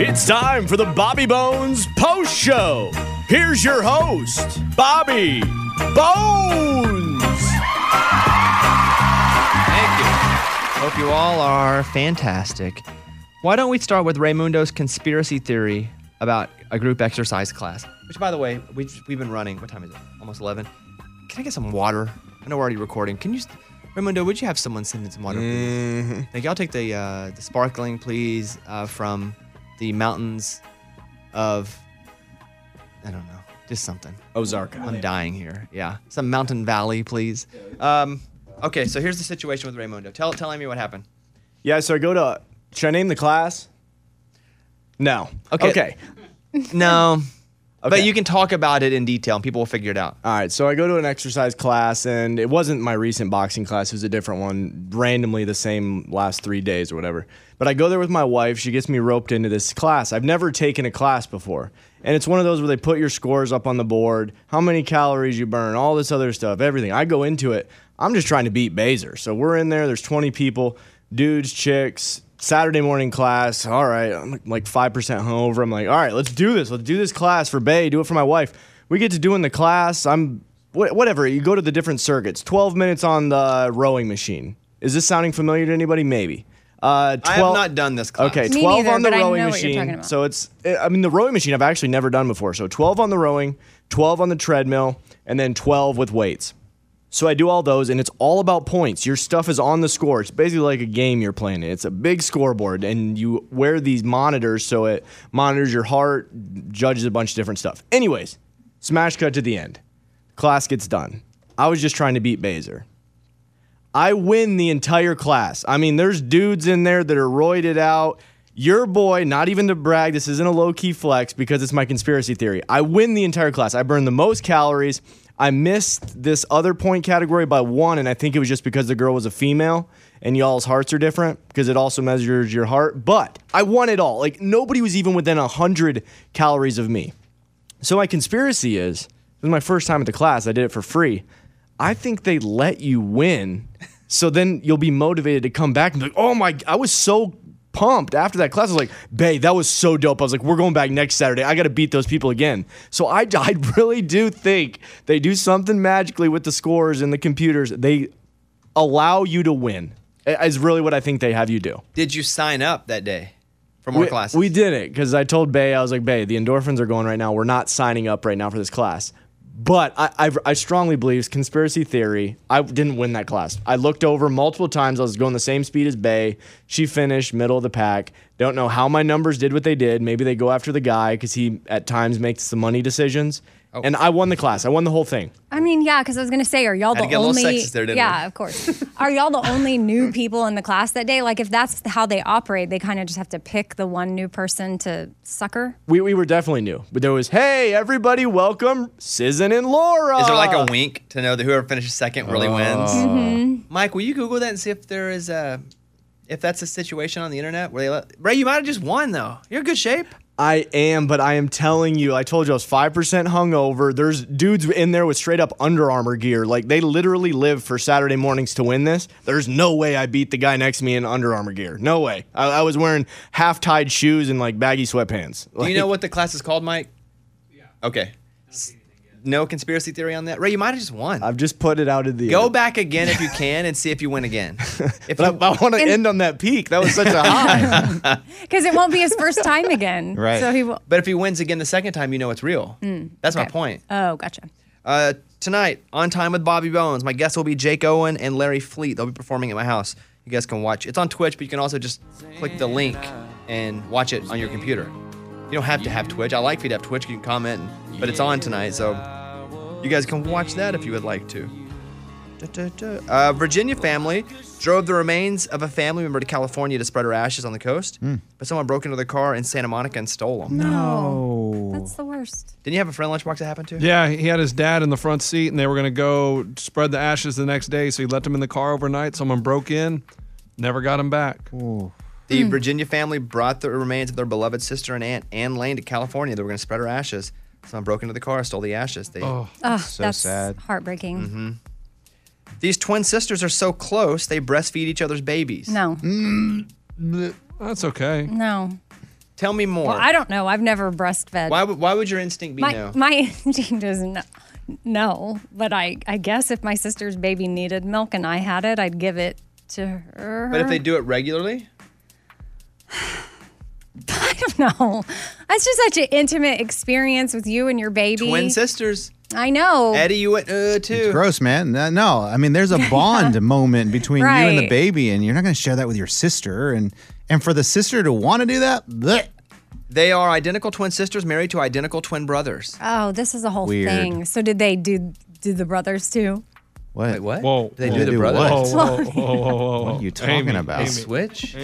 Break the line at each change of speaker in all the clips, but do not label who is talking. It's time for the Bobby Bones Post Show. Here's your host, Bobby Bones.
Thank you. Hope you all are fantastic. Why don't we start with Raymundo's conspiracy theory about a group exercise class? Which, by the way, we've, we've been running. What time is it? Almost 11. Can I get some water? I know we're already recording. Can you, Raymundo, would you have someone send in some water, please? Thank you. I'll take the, uh, the sparkling, please, uh, from the mountains of, I don't know, just something.
Ozarka.
I'm dying here. Yeah. Some mountain valley, please. Um, okay, so here's the situation with Raymundo. Tell, tell me what happened.
Yeah, so I go to. Should I name the class? No.
Okay.
Okay.
No. But
Okay.
you can talk about it in detail and people will figure it out.
All right, so I go to an exercise class, and it wasn't my recent boxing class. It was a different one, randomly the same last three days or whatever. But I go there with my wife. She gets me roped into this class. I've never taken a class before. And it's one of those where they put your scores up on the board, how many calories you burn, all this other stuff, everything. I go into it. I'm just trying to beat Baser. So we're in there. There's 20 people, dudes, chicks, Saturday morning class. All right, I'm like 5% hungover. I'm like, all right, let's do this. Let's do this class for Bay, do it for my wife we get to doing the class. I'm wha- whatever. You go to the different circuits. Twelve minutes on the rowing machine. Is this sounding familiar to anybody? Maybe. Uh, 12,
I have not done this class.
Okay,
Me
twelve
neither,
on the
but I
rowing
know what you're talking
machine.
about.
So it's. I mean, the rowing machine I've actually never done before. So twelve on the rowing, twelve on the treadmill, and then twelve with weights. So I do all those, and it's all about points. Your stuff is on the score. It's basically like a game you're playing. It's a big scoreboard, and you wear these monitors so it monitors your heart, judges a bunch of different stuff. Anyways, smash cut to the end. Class gets done. I was just trying to beat Baser. I win the entire class. I mean, there's dudes in there that are roided out. Your boy, not even to brag, this isn't a low key flex because it's my conspiracy theory. I win the entire class. I burn the most calories. I missed this other point category by one, and I think it was just because the girl was a female and y'all's hearts are different because it also measures your heart. But I won it all. Like, nobody was even within 100 calories of me. So my conspiracy is this was my first time at the class. I did it for free. I think they let you win, so then you'll be motivated to come back and be like, oh my! I was so pumped after that class. I was like, Bay, that was so dope. I was like, we're going back next Saturday. I got to beat those people again. So I, I really do think they do something magically with the scores and the computers. They allow you to win. i- Is really what I think they have you do.
Did you sign up that day for more
we,
classes?
We did it because I told Bay, I was like, Bay, the endorphins are going right now. We're not signing up right now for this class. But I, I, I strongly believe it's conspiracy theory. I didn't win that class. I looked over multiple times. I was going the same speed as Bay. She finished middle of the pack. Don't know how my numbers did what they did. Maybe they go after the guy because he at times makes the money decisions.
Oh.
And I won the class. I won the whole thing.
I mean, yeah, because I was gonna say, are y'all
Had to
the
get a little
only?
sexist there, didn't
yeah,
we?
of course. Are y'all the only new people in the class that day? Like, if that's how they operate, they kind of just have to pick the one new person to sucker.
We, we were definitely new. But there was, hey, everybody, welcome, Sizzin and Laura.
Is there
Uh,
like a wink to know that whoever finishes second really wins? Mike, will you Google that and see if there is a if that's a situation on the internet where they let Ray? You might have just won though. You're in good shape.
I am, but I am telling you, I told you I was five percent hungover. There's dudes in there with straight up Under Armour gear, like they literally live for Saturday mornings to win this. There's no way I beat the guy next to me in Under Armour gear. No way. I, I was wearing half tied shoes and like baggy sweatpants.
Do
Like,
you know what the class is called, Mike? Yeah. Okay. S- No conspiracy theory on that. Ray, you might have just won.
I've just put it out of the.
Go
air.
back again if you can and see if you win again. If
But I, I want to
In-
end on that peak. That was such a high.
Because it won't be his first time again.
Right.
So he will.
But if he wins again the second time, you know it's real. That's my
okay.
point.
Oh, gotcha.
Uh, tonight, on time with Bobby Bones. My guests will be Jake Owen and Larry Fleet. They'll be performing at my house. You guys can watch. It's on Twitch, but you can also just click the link and watch it on your computer. You don't have to have Twitch. I like if you to have Twitch. You can comment, and- but it's on tonight, so you guys can watch that if you would like to. Da-da-da. Uh, Virginia family drove the remains of a family member to California to spread her ashes on the coast, but someone broke into their car in Santa Monica and stole them.
No. That's the worst.
Didn't you have a friend lunchbox that happened to?
Yeah, he had his dad in the front seat, and they were going to go spread the ashes the next day. So he left him in the car overnight. Someone broke in, never got him back.
The
Hmm.
Virginia family brought the remains of their beloved sister and aunt Anne Lane to California. They were going to spread her ashes. Someone broke into the car, stole the ashes. They,
Oh.
Ugh,
So
that's
sad.
heartbreaking.
Mm-hmm. These twin sisters are so close, they breastfeed each other's babies.
No,
That's okay.
no.
Tell me more.
Well, I don't know. I've never breastfed.
why, would, why would your instinct be
my
no?
my instinct is no, no. But I I guess if my sister's baby needed milk and I had it, I'd give it to her.
but if they do it regularly,
I don't know. That's just such an intimate experience with you and your baby.
twin sisters,
I know.
Eddie, you went uh, too.
Gross, man. No, no, I mean, there's a bond moment between you and the
Right.
baby, and you're not going to share that with your sister. And and for the sister to want to do that, blech.
They are identical twin sisters married to identical twin
Uh,
brothers.
Oh, this is a whole
Weird.
thing. So did they do do the brothers too?
what?
Wait, what?
Whoa.
They
Whoa.
do the
They do
brothers.
Whoa,
what?
whoa, whoa,
Oh.
whoa, whoa, whoa.
What are you talking
Amy,
about?
Amy.
Switch?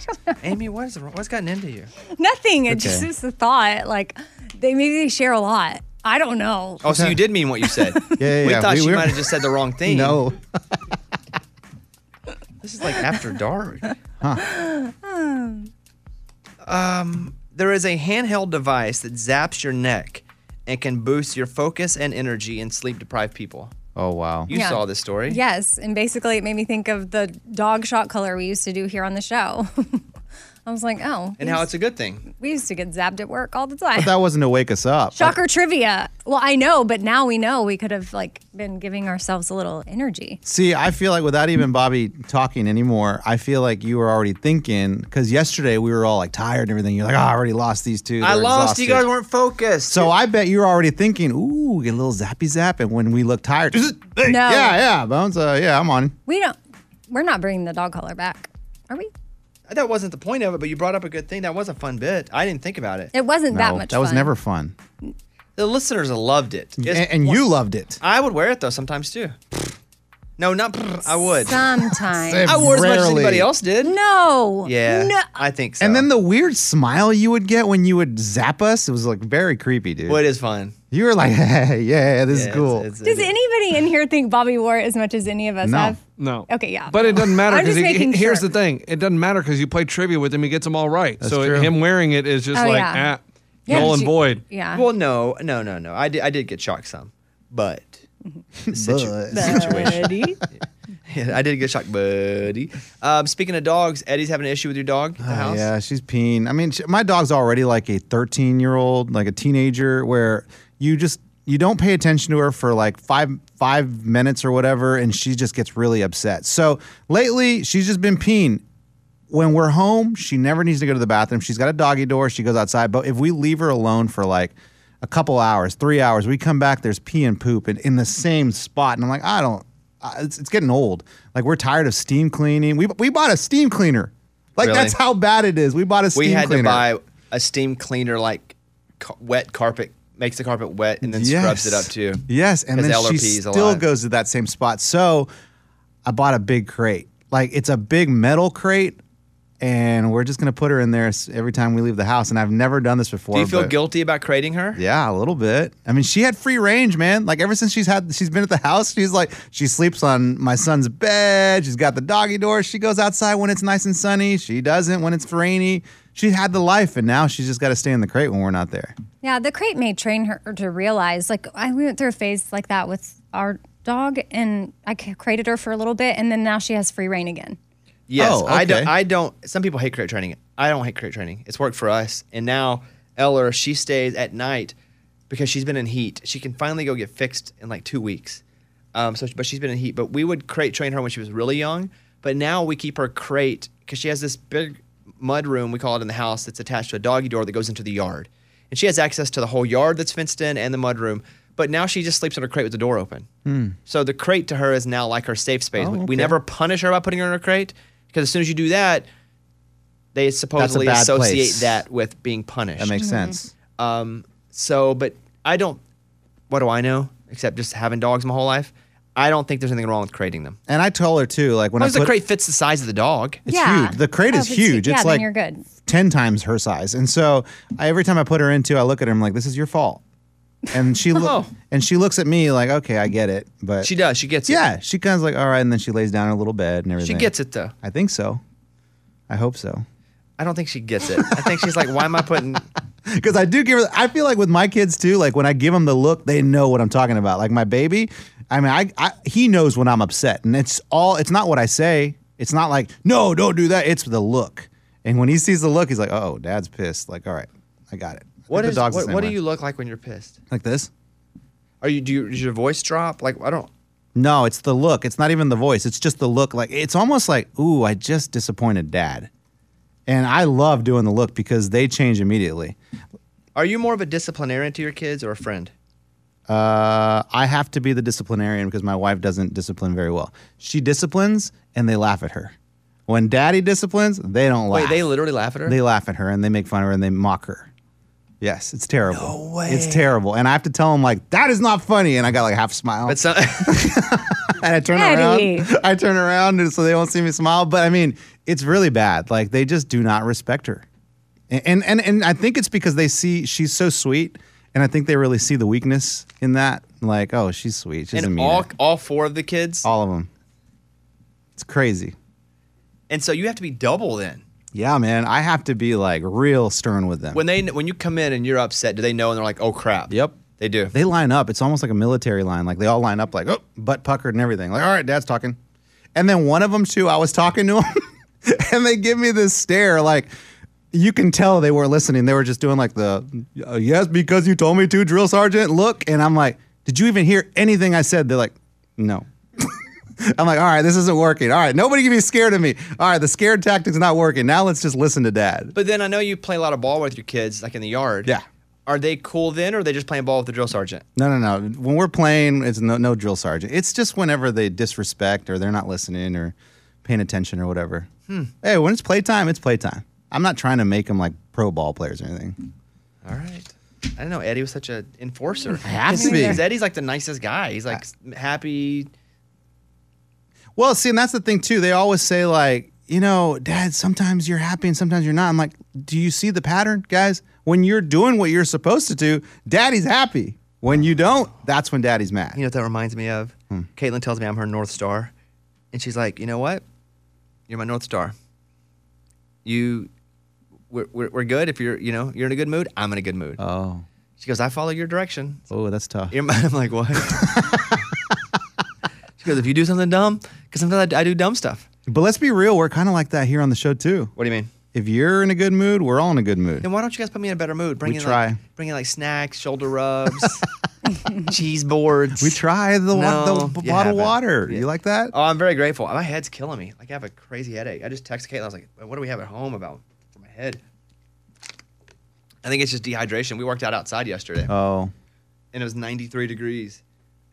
Amy, what is wrong? What's gotten into you?
Nothing. It just
Okay.
is the thought. Like they maybe they share a lot. I don't know.
Oh, so you did mean what you said.
Yeah, yeah,
we
yeah.
thought
We-
she
we're-
might have just said the wrong thing.
No.
This is like after dark. Huh. Um, Um, there is a handheld device that zaps your neck and can boost your focus and energy in sleep deprived people.
Oh, wow.
You
Yeah.
saw this story.
Yes, and basically it made me think of the dog shot color we used to do here on the show. I was like, oh,
And
we
how
used-
it's a good thing.
we used to get zapped at work all the time.
That wasn't to wake us up.
Shocker trivia. Well, I know, but now we know we could have like been giving ourselves a little energy.
See, I feel like without even Bobby talking anymore, I feel like you were already thinking because yesterday we were all like tired and everything. You're like, oh, I already lost these two.
I
They're
lost. You
exhausted."
guys weren't focused.
So I bet you're already thinking, ooh, get a little zappy zap. And when we look tired, no. yeah, yeah, Bones, uh, yeah, I'm on.
We don't. We're not bringing the dog collar back, are we?
that wasn't the point of it, but you brought up a good thing. That was a fun bit. I didn't think about it.
It wasn't that
No,
much.
That was
fun.
never fun.
The listeners loved it.
And,
It's-
and you loved it.
I would wear it though sometimes too. no, not I would.
Sometimes.
I wore as much as
Rarely.
anybody else did.
no.
Yeah,
No.
I think so.
And then the weird smile you would get when you would zap us, it was like very creepy, dude.
well, it is fun.
You were like, hey, yeah, this
Yeah,
is
it's-
cool.
it's-
Does
it-
anybody in here think Bobby wore it as much as any of us
No.
have?
No.
Okay, yeah.
But it doesn't matter
I'm
because
just making
here's
sure.
the thing: it doesn't matter because you play trivia with him, he gets them all right. so
true.
him wearing it is just
Oh,
like
yeah.
ah, null
did
and
you-
void.
Yeah.
Well, no, no, no, no. I did, I did get shocked some, but the situ-
But-
Buddy.
I did get shocked, buddy. Um, speaking of dogs, Eddie's having an issue with your dog. At the
Oh,
house.
Yeah, she's peeing. I mean, sh my dog's already like a 13 year old, like a teenager, where you just you don't pay attention to her for like five five minutes or whatever, and she just gets really upset. So lately, she's just been peeing. When we're home, she never needs to go to the bathroom. She's got a doggy door. She goes outside, but if we leave her alone for like a couple hours, three hours, we come back. There's pee and poop, and in the same spot. And I'm like, I don't. I- It's, it's getting old. Like we're tired of steam cleaning. We we bought a steam cleaner. Like
Really?
that's how how bad it is. We bought a steam
we had
cleaner.
to buy a steam cleaner, like ca- wet carpet makes the carpet wet and then scrubs it up too.
Yes, and
'Cause
then she
LRP is a
still
lot.
goes to that same spot. So I bought a big crate. Like it's a big metal crate, and we're just gonna put her in there s- every time we leave the house. And I've never done this before.
Do you feel
but-
guilty about creating her?
Yeah, a little bit. I mean, she had free range, man. Like ever since she's had, she's been at the house. She's like, she sleeps on my son's bed. She's got the doggy door. She goes outside when it's nice and sunny. She doesn't when it's rainy. She had the life, and now she's just got to stay in the crate when we're not there.
Yeah, the crate may train her to realize. Like, I we went through a phase like that with our dog, and I c- crated her for a little bit, and then now she has free reign again.
Yes,
Oh,
I don't.
okay.
I don't. Some people hate crate training. I don't hate crate training. It's worked for us. And now Eller, she stays at night because she's been in heat. She can finally go get fixed in like two weeks. Um, so, but she's been in heat. But we would crate train her when she was really young. But now we keep her crate because she has this big mud room we call it in the house that's attached to a doggy door that goes into the yard, and she has access to the whole yard that's fenced in and the mud room. But now she just sleeps in her crate with the door open.
Hmm.
So the crate to her is now like her safe
Oh,
space. we, we never punish her by putting her in a crate because as soon as you do that, they supposedly
bad
associate
place.
that with being punished. Um,
That makes sense.
so, but I don't. What do I know except just having dogs my whole life? I don't think there's anything wrong with crating them.
And I told her too, like when I
As long as the
put,
crate fits the size of the dog.
It's
Yeah.
huge. The crate
Oh,
is
if it's hu-
huge.
yeah,
It's
then
like
you're good.
ten times her size. And so I, every time I put her into, I look at her. I'm like, "This is your fault." And she lo-
Oh.
and she looks at me like, "Okay, I get it." But
She does. She gets
yeah,
it.
she kind of like, "All right," and then she lays down in her little bed and
She
everything.
gets it though.
I think so. I hope so.
I don't think she gets it. I think she's like, why am I putting?
Because I do give her. I feel like with my kids too. Like when I give them the look, they know what I'm talking about. Like my baby, I mean, I, I he knows when I'm upset, and it's all. It's not what I say. It's not like no, don't do that. It's the look. And when he sees the look, he's like, "Oh, dad's pissed." Like, all right, I got it. I think
What
the
is
dog's the
what,
same
what do
way.
you look like when you're pissed?
like this?
Are you do you, does your voice drop? Like I don't.
No, it's the look. It's not even the voice. It's just the look. Like it's almost like, ooh, I just disappointed dad. And I love doing the look because they change immediately.
Are you more of a disciplinarian to your kids or a friend?
Uh, I have to be the disciplinarian because my wife doesn't discipline very well. She disciplines and they laugh at her. When daddy disciplines, they don't laugh.
Wait, they literally laugh at her.
They laugh at her and they make fun of her and they mock her. Yes, it's terrible. No way. It's terrible. And I have to tell them like that is not funny. And I got like half a smile.
but some,
and I turn
Eddie.
around. I turn around and so they won't see me smile. But I mean, it's really bad. Like they just do not respect her. And and and, and I think it's because they see she's so sweet, and I think they really see the weakness in that. Like, oh, she's sweet. She's
and
mean.
all
it.
all four of the kids.
all of them. It's crazy.
And so you have to be double then.
Yeah, man. I have to be like real stern with them.
When they when you come in and you're upset, do they know and they're like, oh crap?
Yep.
They do.
they line up. It's almost like a military line. Like they all line up, like oh, butt puckered and everything. Like all right, dad's talking, and then one of them too. I was talking to him, and they give me this stare. Like you can tell they weren't listening. They were just doing like the uh, yes because you told me to, drill sergeant. Look, and I'm like, did you even hear anything I said? They're like, no. I'm like, all right, this isn't working. All right, nobody can be scared of me. All right, the scared tactic's not working. Now let's just listen to dad.
but then I know you play a lot of ball with your kids, like in the yard.
Yeah.
Are they cool then, or are they just playing ball with the drill sergeant?
No, no, no. When we're playing, it's no, no drill sergeant. It's just whenever they disrespect or they're not listening or paying attention or whatever. Hey, when it's playtime, it's playtime. I'm not trying to make them like pro ball players or anything.
All right. I didn't know Eddie was such an enforcer.
Has to be.
Because Eddie's like the nicest guy. He's like s- happy.
Well, see, and that's the thing too. They always say like, you know, Dad, sometimes you're happy and sometimes you're not. I'm like, do you see the pattern, guys? When you're doing what you're supposed to do, Daddy's happy. When you don't, that's when Daddy's mad.
You know what that reminds me of?
Hmm.
Caitlin tells me I'm her North Star. And she's like, you know what? You're my North Star. You, we're, we're, we're good. If you're, you know, you're in a good mood, I'm in a good mood.
Oh,
she goes, I follow your direction.
oh, that's tough.
You're my, I'm like, what? she goes, if you do something dumb, because sometimes I, I do dumb stuff.
But let's be real, we're kind of like that here on the show too.
What do you mean?
If you're in a good mood, we're all in a good mood.
Then why don't you guys put me in a better mood? Bring
We
in
try.
like bring in like snacks, shoulder rubs, cheese boards.
We try the, wa-
No,
the b-
you haven't.
bottled water.
Yeah.
You like that?
Oh, I'm very grateful. My head's killing me. Like I have a crazy headache. I just texted Caitlin. I was like, "What do we have at home about for my head?" I think it's just dehydration. We worked out outside yesterday,
Oh,
and it was 93 degrees.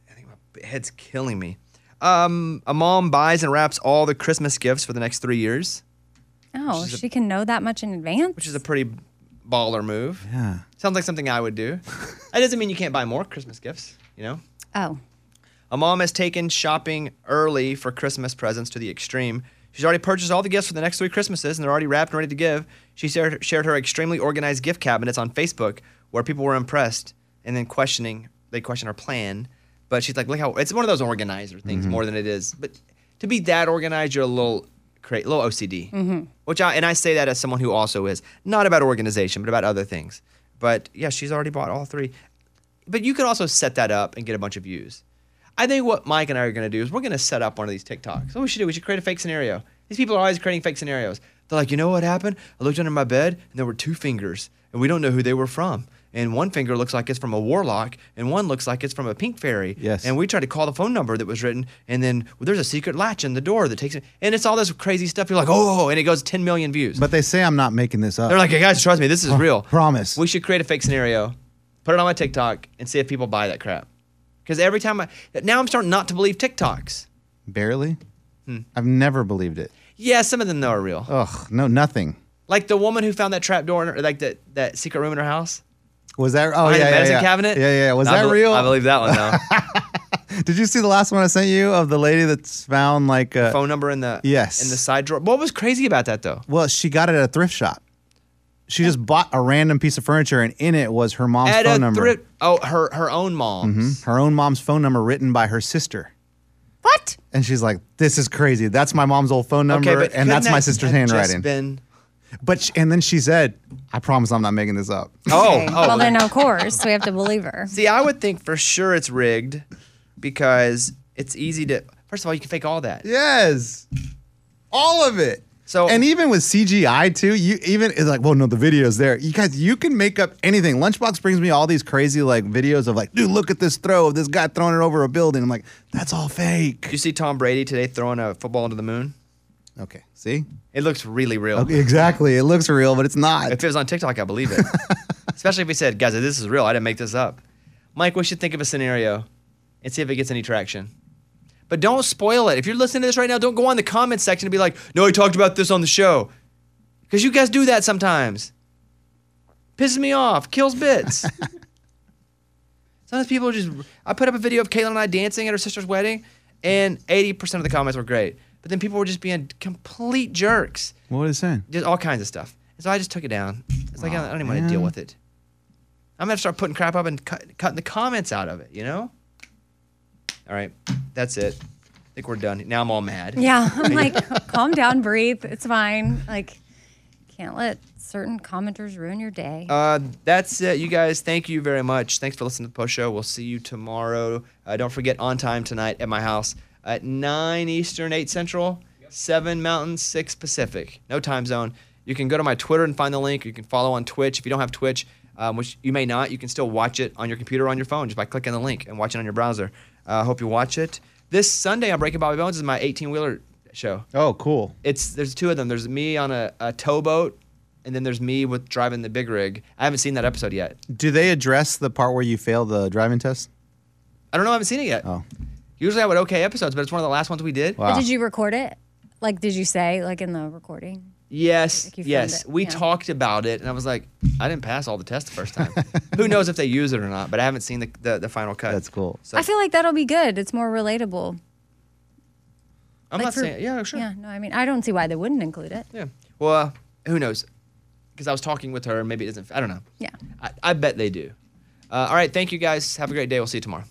I think my head's killing me. Um, a mom buys and wraps all the Christmas gifts for the next three years,
Oh,
is a-
she can know that much in advance.
which is a pretty baller move.
yeah.
Sounds like something I would do. that doesn't mean you can't buy more Christmas gifts, you know?
oh,
A mom has taken shopping early for Christmas presents to the extreme. She's already purchased all the gifts for the next three Christmases and they're already wrapped and ready to give. She shared, shared her extremely organized gift cabinets on Facebook where people were impressed and then questioning, they questioned her plan. But she's like, look how it's one of those organizer things more than it is. But to be that organized, you're a little cra- little OCD. Which I and I say that as someone who also is not about organization, but about other things. But yeah, she's already bought all three. But you could also set that up and get a bunch of views. I think what Mike and I are going to do is we're going to set up one of these TikToks. What we should do, we should create a fake scenario. These people are always creating fake scenarios. They're like, you know what happened? I looked under my bed and there were two fingers, and we don't know who they were from. And one finger looks like it's from a warlock, and one looks like it's from a pink fairy.
Yes.
And we tried to call the phone number that was written, and then well, there's a secret latch in the door that takes it. And it's all this crazy stuff. You're like, oh, and it goes 10 million views.
But they say I'm not making this up.
They're like, hey guys, trust me, this is real.
promise.
We should create a fake scenario, put it on my TikTok, and see if people buy that crap. Because every time I now I'm starting not to believe TikToks.
barely.
Hmm.
I've never believed it.
Yeah, some of them though are real.
Ugh, no, nothing.
Like the woman who found that trap door, in her, like that that secret room in her house.
Was that? Oh
behind
yeah,
the
yeah,
medicine
yeah.
cabinet.
Yeah, yeah. Was
I
that
bel-
real?
I believe that one though.
Did you see the last one I sent you of the lady that's found like? uh, A,
Phone number in the
Yes.
in the side drawer. What was crazy about that though?
Well, she got it at a thrift shop. She just bought a random piece of furniture, and in it was her mom's
At
phone
a
number. Mm-hmm.
thrift. Oh, her her own mom's.
her own mom's phone number written by her sister.
what?
And she's like, "This is crazy. That's my mom's old phone number,
Okay, but
and that's
couldn't
my
that
sister's
have just
handwriting."
been-
But sh- and then she said, "I promise I'm not making this up."
oh,
Okay.
oh,
well,
well,
then of course we have to believe her.
See, I would think for sure it's rigged because it's easy to. First of all, you can fake all that.
yes, all of it.
So
and even with CGI too, you even it's like, well, no, the video's there. You guys, you can make up anything. Lunchbox brings me all these crazy like videos of like, dude, look at this throw of this guy throwing it over a building. I'm like, that's all fake.
you see Tom Brady today throwing a football into the moon?
Okay, see,
It looks really real.
okay, exactly. It looks real, but it's not.
If it was on TikTok, I believe it. Especially if he said, guys, this is real. I didn't make this up. Mike, we should think of a scenario and see if it gets any traction. But don't spoil it. If you're listening to this right now, don't go on the comments section and be like, no, he talked about this on the show. Because you guys do that sometimes. Pisses me off, kills bits. sometimes people are just. I put up a video of Caitlin and I dancing at her sister's wedding, and 80% of the comments were great. But then people were just being complete jerks
What was it saying?
just all kinds of stuff. So I just took it down. It's like I don't even want to deal with it. I'm gonna start putting crap up and cut, cutting the comments out of it. You know. All right, that's it. I think we're done. Now I'm all mad.
Yeah, I'm like, calm down, breathe. It's fine. Like, can't let certain commenters ruin your day.
Uh, that's it, you guys. Thank you very much. Thanks for listening to the post show. We'll see you tomorrow. Uh, don't forget on time tonight at my house at nine Eastern, eight Central, seven Mountain, six Pacific. No time zone. You can go to my Twitter and find the link. You can follow on Twitch if you don't have Twitch, um, which you may not. You can still watch it on your computer or on your phone just by clicking the link and watching on your browser. I uh, hope you watch it. This Sunday on Breaking Bobby Bones is my 18 wheeler show
Oh, cool.
it's there's two of them. There's me on a, a towboat, and then there's me with driving the big rig. I haven't seen that episode yet.
Do they address the part where you failed the driving test?
I don't know. I haven't seen it yet.
Oh.
Usually I would okay episodes, but it's one of the last ones we did.
Wow.
But did you record it? Like, did you say, like, in the recording?
Yes,
Like you filmed
yes.
it,
We
yeah.
talked about it, and I was like, I didn't pass all the tests the first time. Who knows if they use it or not? But I haven't seen the the, the final cut.
That's cool.
So
I feel like that'll be good. It's more relatable.
I'm
like
not
for-
saying. Yeah, sure.
Yeah, no, I mean, I don't see why they wouldn't include it.
Yeah. Well, uh, who knows? Because I was talking with her, and maybe it doesn't. I don't know.
Yeah.
I, I bet they do. Uh, all right. Thank you guys. Have a great day. We'll see you tomorrow.